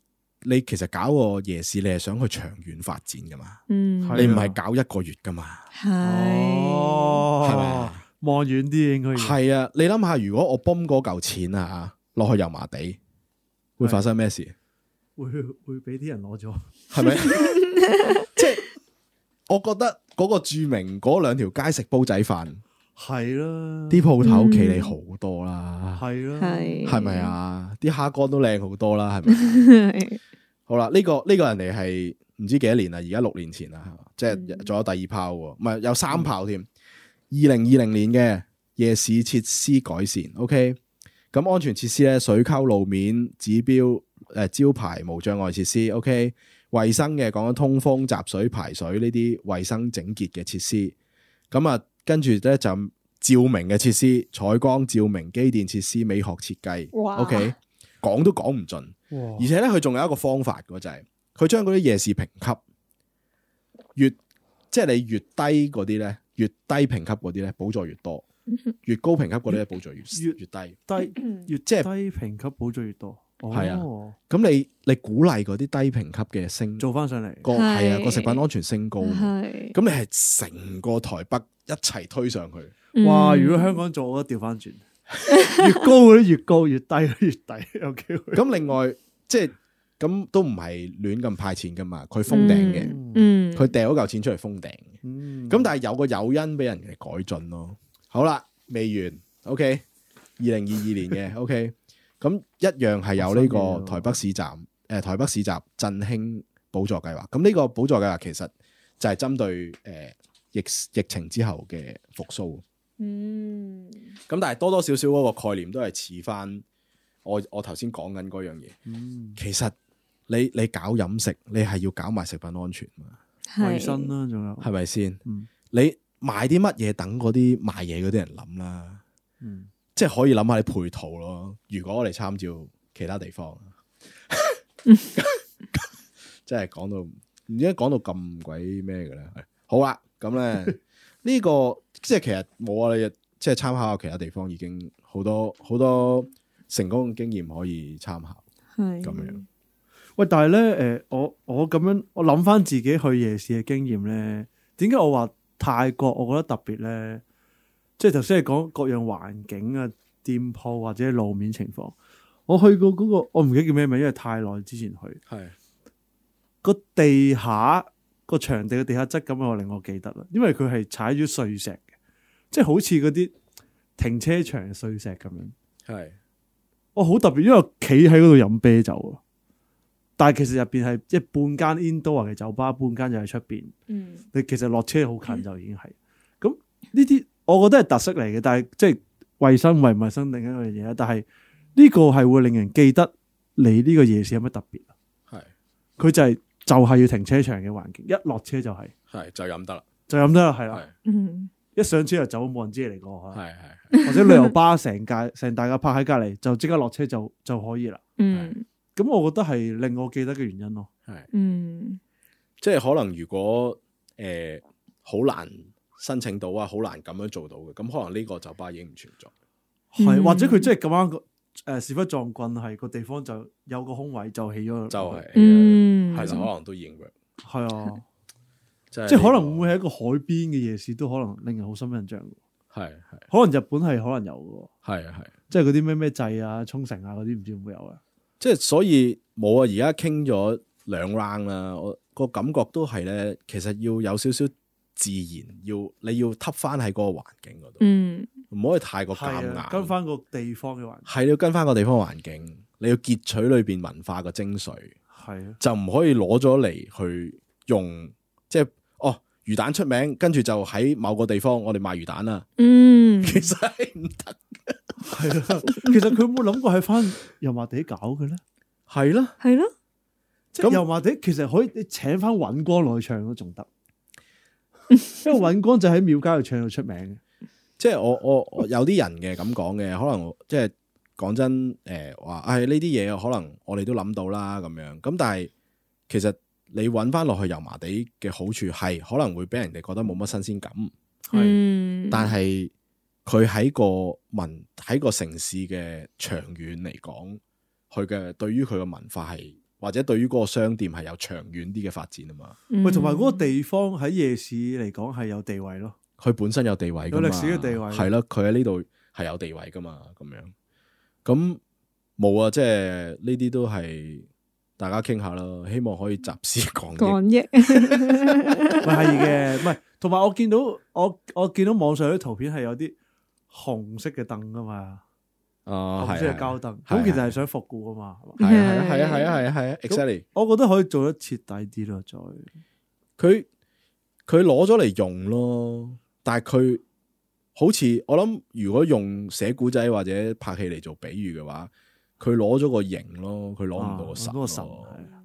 [SPEAKER 2] 你其實搞個夜市，你係想去長遠發展噶嘛？
[SPEAKER 3] 嗯
[SPEAKER 4] 係啊
[SPEAKER 2] 你唔係搞一個月噶嘛？
[SPEAKER 4] 어.
[SPEAKER 3] 係
[SPEAKER 2] 係咪啊
[SPEAKER 4] 哦，望遠啲應該要
[SPEAKER 2] 係啊，你諗下，如果我泵嗰嚿錢啊落去油麻地，會發生咩事？
[SPEAKER 4] 會會俾啲人攞咗。
[SPEAKER 2] 係咪？即係我覺得嗰個著名嗰兩條街食煲仔飯，
[SPEAKER 4] 係啦，
[SPEAKER 2] 啲鋪頭企你好多啦，
[SPEAKER 4] 係啦，
[SPEAKER 3] 係
[SPEAKER 2] 係咪？
[SPEAKER 3] (laughs)
[SPEAKER 2] 啊？啲蝦乾都靚好多啦，係咪？好啦，呢、個呢、個人哋係唔知幾多年啦，而家六年前啦，係嘛即
[SPEAKER 3] 嗯
[SPEAKER 2] 係仲有第二炮喎，唔係有三炮添。二零二零年嘅夜市設施改善，OK，咁安全設施咧，水溝路面指標誒、呃招牌無障礙設施，OK，衞生嘅講緊通風、集水、排水呢啲衞生整潔嘅設施，咁啊跟住咧就照明嘅設施、採光、照明、機電設施、美學設計
[SPEAKER 3] 哇
[SPEAKER 2] ，OK，講都講唔盡。
[SPEAKER 4] 哇
[SPEAKER 2] 而且咧，佢仲有一個方法嘅就係佢將嗰啲夜市評級越即係你越低嗰啲咧，越低評級嗰啲咧補助越
[SPEAKER 3] (laughs)
[SPEAKER 2] 多，越高評級嗰啲咧補助越
[SPEAKER 4] 越
[SPEAKER 2] 越低。
[SPEAKER 4] 低越
[SPEAKER 2] 即係
[SPEAKER 4] 低評級補助越多。
[SPEAKER 2] 係啊
[SPEAKER 4] 哦，
[SPEAKER 2] 咁你你鼓勵嗰啲低評級嘅升
[SPEAKER 4] 做翻上嚟。
[SPEAKER 2] 個係啊
[SPEAKER 3] 係
[SPEAKER 2] 個食品安全升高，咁你
[SPEAKER 3] 係
[SPEAKER 2] 係成個台北一齊推上去。
[SPEAKER 4] 哇！
[SPEAKER 3] 嗯 음.
[SPEAKER 4] 如果香港做，我覺得調翻轉， (laughs) 越高嗰啲越高，越低嗰啲越低，有機會。
[SPEAKER 2] 咁另外即係咁都唔係亂咁派錢噶嘛，佢封頂嘅，
[SPEAKER 3] 嗯
[SPEAKER 2] 佢掉嗰嚿錢出嚟封頂嘅。
[SPEAKER 4] 嗯
[SPEAKER 2] 咁但係有個誘因俾人哋改進咯。好啦，未完，OK，二零二二年嘅 OK，咁一樣係有呢
[SPEAKER 4] 新嘢
[SPEAKER 2] 個
[SPEAKER 4] 喎
[SPEAKER 2] 台北市站誒、台北市集振興補助計劃。咁呢個補助計劃其實就係針對誒、呃疫疫情之後嘅復甦。
[SPEAKER 3] 嗯
[SPEAKER 2] 咁但係多多少少嗰個概念都係似翻我我頭先講緊嗰樣嘢。
[SPEAKER 4] 嗯
[SPEAKER 2] 其實你你搞飲食，你係要搞埋食品安全嘛。
[SPEAKER 4] 衞生啦，仲有
[SPEAKER 2] 係咪先？
[SPEAKER 4] 嗯
[SPEAKER 2] 你賣啲乜嘢等嗰啲賣嘢嗰啲人諗啦，
[SPEAKER 4] 嗯
[SPEAKER 2] 即係可以諗下啲配套咯。如果我哋參照其他地 (laughs) 方，即係講到唔知講到咁鬼咩嘅咧。係好啦，咁 (laughs) 咧呢個即係其實冇啊，你即係參考下其他地方已經好多好多成功嘅經驗可以參考。
[SPEAKER 3] 係
[SPEAKER 2] 咁樣
[SPEAKER 4] 喂，但係咧，誒，我我咁樣，我諗翻自己去夜市嘅經驗咧，點解我話泰國我覺得特別咧？即係頭先係講各樣環境啊、店鋪或者路面情況。我去過嗰、個，我唔記得叫咩名，因為太耐之前去。
[SPEAKER 2] 係
[SPEAKER 4] 個地下個場地嘅地下質感，我令我記得啦，因為佢係踩咗碎石嘅，即係好似嗰啲停車場嘅碎石咁樣。
[SPEAKER 2] 係
[SPEAKER 4] 我哦好特別，因為我企喺嗰度飲啤酒啊。但係其實入邊係即係半間 indoor 嘅酒吧，半間就喺出邊。
[SPEAKER 3] 嗯
[SPEAKER 4] 你其實落車好近就已經係。咁呢啲我覺得係特色嚟嘅，但係即係衞生衞唔衞生另一樣嘢啦。但係呢個係會令人記得你呢個夜市有乜特別。啊
[SPEAKER 2] 係
[SPEAKER 4] 佢就係、就係、要停車場嘅環境，一落車就係、
[SPEAKER 2] 係就飲得啦，
[SPEAKER 4] 就咁得啦，係啦。
[SPEAKER 3] 嗯
[SPEAKER 4] 一上車就走，冇人知你嚟過嚇，
[SPEAKER 2] 係
[SPEAKER 4] 或者旅遊巴成架成大架泊喺隔離，就即刻落車就就可以啦。
[SPEAKER 3] 嗯
[SPEAKER 4] 咁我覺得係令我記得嘅原因咯。
[SPEAKER 2] 係。
[SPEAKER 3] 嗯
[SPEAKER 2] 即係可能如果誒好、難申請到啊，好難咁樣做到嘅，咁可能呢個酒吧已經唔存在。
[SPEAKER 4] 係、
[SPEAKER 3] 嗯
[SPEAKER 4] 或者佢真係咁啱個誒屎忽撞棍係個地方就有個空位就起咗，
[SPEAKER 2] 就係、
[SPEAKER 3] 嗯
[SPEAKER 2] 其實可能都已經 work，
[SPEAKER 4] (laughs) 係啊，
[SPEAKER 2] 即係
[SPEAKER 4] 即係
[SPEAKER 2] 呢個
[SPEAKER 4] 可能會喺一個海邊嘅夜市都可能令人好深印象嘅。
[SPEAKER 2] 係係
[SPEAKER 4] 可能日本係可能有嘅喎，
[SPEAKER 2] 係係，
[SPEAKER 4] 即係嗰啲咩咩祭啊、沖繩啊嗰啲唔知會唔會有啊？
[SPEAKER 2] 即係所以冇啊！而家傾咗兩 round 啦，我個感覺都係咧，其實要有少少自然，要你要揷翻喺嗰個環境嗰度，
[SPEAKER 3] 嗯
[SPEAKER 2] 唔、可以太過夾
[SPEAKER 4] 係
[SPEAKER 2] 硬
[SPEAKER 4] 啊，，跟翻個地方嘅環境
[SPEAKER 2] 係你要跟翻個地方環境，你要截取裏邊文化嘅精髓。
[SPEAKER 4] 係啊，
[SPEAKER 2] 就唔可以攞咗嚟去用，即係哦魚蛋
[SPEAKER 3] (laughs)
[SPEAKER 2] (laughs)
[SPEAKER 3] 음.
[SPEAKER 2] 出名，跟住就喺某個地方我哋賣魚蛋啦，
[SPEAKER 3] 嗯
[SPEAKER 2] 其實係唔得，
[SPEAKER 4] 系啦，啊 (laughs) 其實佢有冇諗過係翻油麻地搞嘅 (laughs) 咧？
[SPEAKER 2] 係啦，
[SPEAKER 3] 系咯，
[SPEAKER 4] 即係
[SPEAKER 2] 咁
[SPEAKER 4] 油麻地其實可以你請翻尹光落去唱都 (laughs) 仲得，因為尹光就喺廟街度唱到出名嘅。
[SPEAKER 2] 即係我我我有啲人嘅咁講嘅，可能我即係講真诶話，唉呢啲嘢可能我哋都諗到啦咁樣。咁但係其實你揾翻落去油麻地嘅好處係可能會俾人哋覺得冇乜新鮮感，
[SPEAKER 4] 係
[SPEAKER 3] 嗯，
[SPEAKER 2] 但係佢喺個文喺個城市嘅長遠嚟講，佢嘅對於佢嘅文化係或者對於嗰個商店係有長遠啲嘅發展啊嘛。
[SPEAKER 3] 음.嗯
[SPEAKER 4] 喂，同埋嗰個地方喺夜市嚟講係有地位咯。 (laughs)
[SPEAKER 2] 佢本身有地位㗎嘛
[SPEAKER 4] 有歷史嘅地位
[SPEAKER 2] 係啦，佢喺呢度係有地位噶嘛，咁樣咁冇啊，即係呢啲都係大家傾下啦，希望可以集思廣益。
[SPEAKER 3] 港益，
[SPEAKER 4] 唔係嘅，唔係。同埋我見到我我見到網上有啲圖片係有啲紅色嘅凳噶嘛，
[SPEAKER 2] 啊，
[SPEAKER 4] 紅
[SPEAKER 2] 係
[SPEAKER 4] 色嘅膠
[SPEAKER 2] 係
[SPEAKER 4] 凳，
[SPEAKER 2] 係
[SPEAKER 4] 咁其實
[SPEAKER 2] 係啊
[SPEAKER 4] 係想復古噶嘛。係嘛
[SPEAKER 2] 係啊係啊係啊係啊係啊，exactly。
[SPEAKER 4] 我覺得可以做得徹底啲咯，再
[SPEAKER 2] 佢佢攞咗嚟用咯，但係佢好似我諗，如果用寫古仔或者拍戲嚟做比喻嘅話，佢攞咗個形咯，佢攞唔到個
[SPEAKER 4] 啊攞唔到個
[SPEAKER 2] 神
[SPEAKER 4] 神
[SPEAKER 2] 咯。
[SPEAKER 4] 係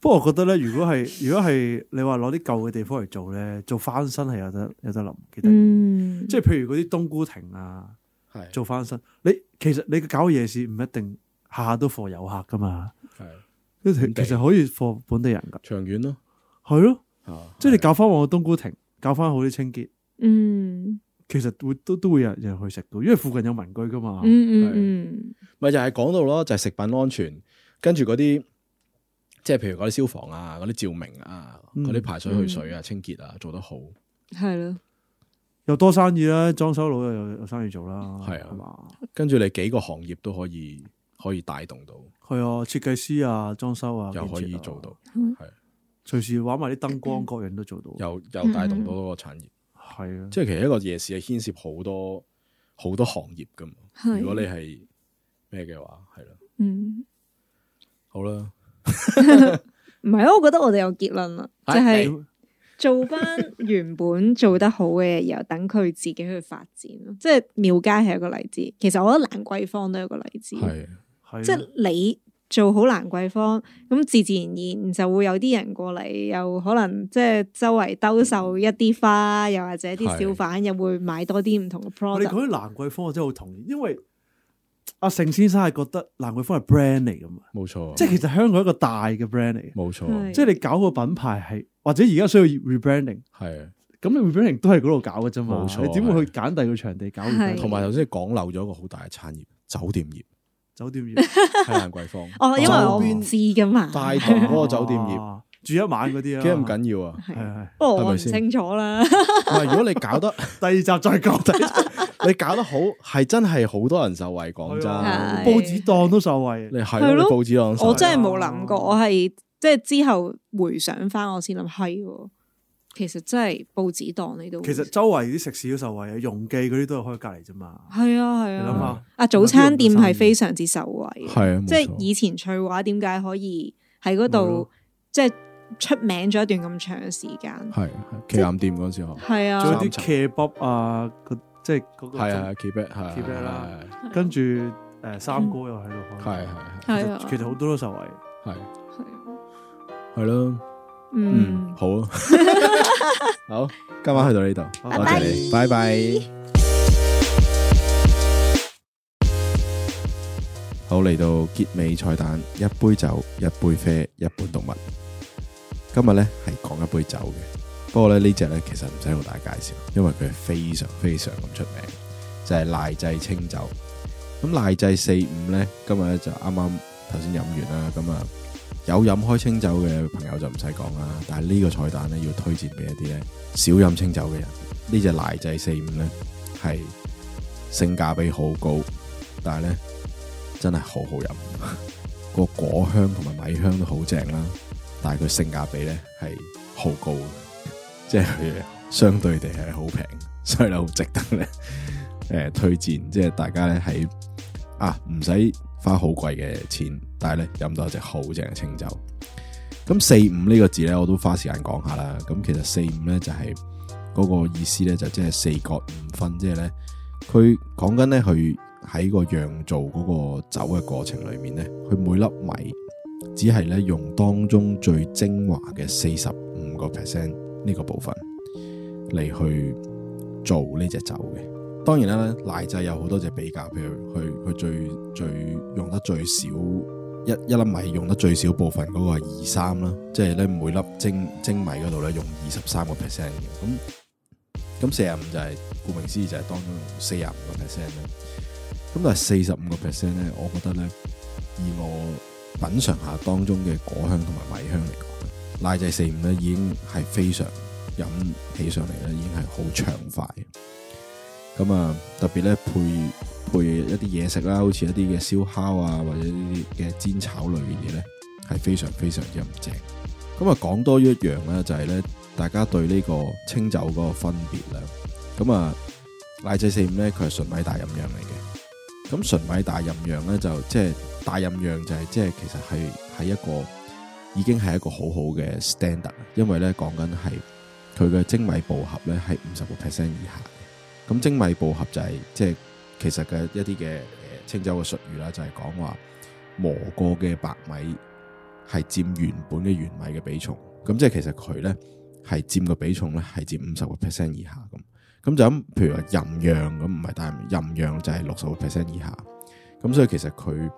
[SPEAKER 4] 不過我覺得咧，如果係如果係你話攞啲舊嘅地方嚟做咧，做翻新係有得有得諗，記得。
[SPEAKER 3] 嗯，
[SPEAKER 4] 即係譬如嗰啲冬菇亭啊，
[SPEAKER 2] 係
[SPEAKER 4] 做翻新。你其實你搞夜市唔一定下下都貨遊客噶嘛，
[SPEAKER 2] 係
[SPEAKER 4] 其
[SPEAKER 2] 本地
[SPEAKER 4] 實可以貨本地人噶。
[SPEAKER 2] 長遠咯，
[SPEAKER 4] 係咯，
[SPEAKER 2] 啊
[SPEAKER 4] 即係你搞翻旺個冬菇亭，搞翻好啲清潔，
[SPEAKER 3] 嗯，
[SPEAKER 4] 其實會都都會有人去食到，因為附近有民居噶嘛
[SPEAKER 3] 嗯。嗯嗯
[SPEAKER 2] 咪就係講到咯，就係食品安全，跟住嗰啲即係譬如嗰啲消防啊、嗰啲照明啊、
[SPEAKER 4] 嗯
[SPEAKER 2] 嗰啲排水去水啊、清潔啊做得好，
[SPEAKER 3] 嗯，系咯，
[SPEAKER 4] 又多生意啦，裝修佬又有有生意做啦，
[SPEAKER 2] 係啊
[SPEAKER 4] 係嘛，
[SPEAKER 2] 跟住你幾個行業都可以可以帶動到，
[SPEAKER 4] 係啊，設計師啊，裝修啊，
[SPEAKER 2] 又可
[SPEAKER 4] 建
[SPEAKER 2] 以
[SPEAKER 4] 設啊
[SPEAKER 2] 做到，
[SPEAKER 4] 隨時玩埋啲燈
[SPEAKER 2] (coughs)
[SPEAKER 4] 光各樣都做到，
[SPEAKER 2] 又又帶動到嗰個產業。
[SPEAKER 4] 係啊，
[SPEAKER 2] 即係其實一個夜市係牽涉好多好多行業噶嘛。
[SPEAKER 3] 係
[SPEAKER 2] 如果你係咩嘅話，係啦，
[SPEAKER 3] 嗯，
[SPEAKER 2] 好啦，
[SPEAKER 3] 唔係啊，我覺得我哋有結論啦，就
[SPEAKER 2] 係
[SPEAKER 3] 係做翻原本做得好嘅嘢，然後等佢自己去發展咯。即係廟街係一個例子，其實我覺得蘭桂坊都有一個例子，
[SPEAKER 2] 係
[SPEAKER 4] 係啊
[SPEAKER 3] 即係你做好蘭桂坊，咁自自然然就會有啲人過嚟，又可能即係周圍兜售一啲花，又或者啲
[SPEAKER 2] 係
[SPEAKER 3] 小販又會買多啲唔同嘅
[SPEAKER 4] 我哋
[SPEAKER 3] product。
[SPEAKER 4] 講起蘭桂坊，我真係好同意，因為阿盛先生係覺得蘭桂坊係 brand 嚟噶嘛，
[SPEAKER 2] 冇錯，
[SPEAKER 4] 即係其實香港一個大嘅 brand 嚟嘅，
[SPEAKER 2] 冇
[SPEAKER 3] 係
[SPEAKER 2] 錯，
[SPEAKER 4] 即係你搞個品牌係或者而家需要 rebranding，
[SPEAKER 2] 係。
[SPEAKER 4] 咁你 rebranding 都係嗰度搞嘅啫嘛
[SPEAKER 2] 冇，錯
[SPEAKER 4] 你點會去揀第二個場地搞 rebranding？
[SPEAKER 3] 係
[SPEAKER 2] 同埋頭先你講漏咗一個好大嘅產業，酒店
[SPEAKER 3] (laughs)
[SPEAKER 2] 業
[SPEAKER 4] 酒店業 (laughs)
[SPEAKER 2] 喺蘭桂坊，
[SPEAKER 3] 哦，因為我
[SPEAKER 2] 周
[SPEAKER 3] 唔
[SPEAKER 2] 邊
[SPEAKER 3] 知噶嘛，
[SPEAKER 2] 帶動嗰個酒店
[SPEAKER 4] (laughs)
[SPEAKER 2] 業，
[SPEAKER 4] 啊住一晚嗰啲啊，
[SPEAKER 2] 幾咁緊要啊！
[SPEAKER 3] 係
[SPEAKER 4] 係係
[SPEAKER 3] 不過
[SPEAKER 2] 係
[SPEAKER 3] 我
[SPEAKER 2] 咪
[SPEAKER 3] 唔
[SPEAKER 2] 先
[SPEAKER 3] 清楚啦。
[SPEAKER 2] 唔係如果你搞
[SPEAKER 3] (laughs)
[SPEAKER 2] 得
[SPEAKER 4] 第二集再講，
[SPEAKER 2] 你搞得好，係真係好多人受惠。講真，
[SPEAKER 3] 係
[SPEAKER 4] 啊報紙檔都受惠
[SPEAKER 2] 你。係
[SPEAKER 3] 係
[SPEAKER 2] 咯，
[SPEAKER 3] 咯
[SPEAKER 2] 你報紙檔
[SPEAKER 3] 我真係冇
[SPEAKER 4] 哦
[SPEAKER 3] 諗過，我係即係之後回想翻，我先諗係喎。其實真係報紙檔你都
[SPEAKER 4] 其實周圍啲食肆都受惠嘅，容記嗰啲都係開隔離啫嘛。
[SPEAKER 3] 係啊係
[SPEAKER 4] 你諗
[SPEAKER 3] 啊，
[SPEAKER 4] 下，
[SPEAKER 3] 啊早餐店係非常之受惠嘅，
[SPEAKER 2] 係啊，冇
[SPEAKER 3] 即係
[SPEAKER 2] 錯
[SPEAKER 3] 以前翠華點解可以喺嗰
[SPEAKER 4] 咪咯
[SPEAKER 3] 度即係出名咗一段咁長嘅時間？
[SPEAKER 2] 係係旗艦店嗰陣時候，
[SPEAKER 3] 係啊，
[SPEAKER 4] 仲
[SPEAKER 2] 三
[SPEAKER 4] 有啲
[SPEAKER 2] 層
[SPEAKER 4] K-pop 啊，嗰即係嗰個
[SPEAKER 2] 係啊，Quebec 係
[SPEAKER 4] Quebec 啦
[SPEAKER 2] 係
[SPEAKER 4] 跟住誒三哥又喺度開，
[SPEAKER 2] 係係
[SPEAKER 3] 係啊，
[SPEAKER 4] 其實好多都受惠。
[SPEAKER 2] 係
[SPEAKER 3] 係啊
[SPEAKER 2] 係咯。嗯
[SPEAKER 3] 嗯，。
[SPEAKER 2] 好 (laughs) 啊，好，今晚去到呢度，
[SPEAKER 4] 好
[SPEAKER 2] 多謝你，拜拜。好嚟到結尾彩蛋，一杯酒，一杯啡，一本動物。今日呢係講一杯酒嘅，不過咧呢只呢其實唔使同大家介紹，因為佢係非常非常咁出名，就係賴製清酒。咁賴製四五呢，今日咧就啱啱頭先飲完啦，咁啊有飲開清酒嘅朋友就唔使講啦，但係呢個彩蛋咧要推薦俾一啲咧少飲清酒嘅人。呢只奶仔四五咧係性價比好高，但係咧真係好好飲，個果香同埋米香都好正啦。但係佢性價比咧係好高嘅，即係佢相對地係好平，所以咧好值得咧誒、推薦，即係大家咧喺啊唔使花好貴嘅錢，但係咧飲到一隻好正嘅清酒。咁四五呢個字咧，我都花時間講下啦。咁其實四五咧就係、嗰個意思咧，就即係四角五分，即係咧佢講緊咧佢喺個釀造嗰個酒嘅過程裏面咧，佢每粒米只係咧用當中最精華嘅四十五個 percent 呢個部分嚟去做呢只酒嘅。當然啦，奶製有好多隻比較，譬如佢佢最最用得最少一一粒米用得最少部分嗰個係二三啦，即係咧每粒精精米嗰度咧用二十三個 percent 嘅咁。咁四十五就係、顧名思義就係當中用四十五個 percent 啦。咁但係四十五個 percent 咧，我覺得咧，以我品嚐下當中嘅果香同埋米香嚟講，奶製四五咧已經係非常飲起上嚟咧，已經係好暢快嘅。咁啊，特別咧配配一啲嘢食啦，好似一啲嘅燒烤啊，或者呢啲嘅煎炒類嘅嘢咧，係非常非常之咁正。咁啊，講多一樣咧，就係咧。大家對呢個清酒嗰個分別啦。咁啊，奶製四五咧，佢係純米大吟釀嚟嘅。咁純米大吟釀咧，就即係大吟釀就係即係其實係係一個已經係一個好好嘅 standard，因為咧講緊係佢嘅精米步合咧係五十個 percent 以下嘅。咁精米步合就係即係其實嘅一啲嘅誒清酒嘅術語啦，就係講話磨過嘅白米係佔原本嘅原米嘅比重。咁即係其實佢咧。係佔個比重咧，係佔五十個 percent 以下咁。咁就咁，譬如話吟釀咁，唔係但係吟釀就係六十個 percent 以下。咁所以其實佢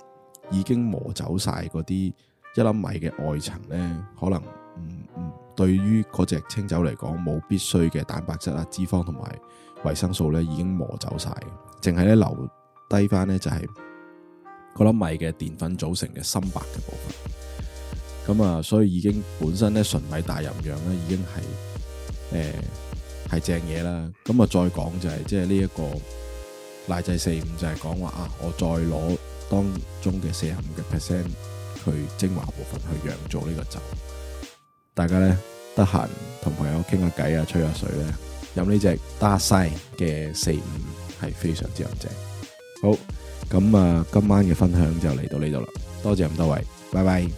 [SPEAKER 2] 已經磨走晒嗰啲一粒米嘅外層咧，可能唔唔對於嗰隻清酒嚟講冇必須嘅蛋白質啊、脂肪同埋維生素咧，已經磨走晒，淨係咧留低翻咧就係嗰粒米嘅澱粉組成嘅深白嘅部分。咁啊，所以已經本身咧純米大吟釀咧，已經係誒係正嘢啦。咁啊，再講就係、即係呢一個奶製四五就係講話啊，我再攞當中嘅四十五嘅 percent 佢精華部分去釀造呢個酒。大家咧得閒同朋友傾下偈啊，吹下水咧，飲呢只 Dark Side 嘅四五係非常之咁正。好，咁啊，今晚嘅分享就嚟到呢度啦，多謝咁多位，拜拜。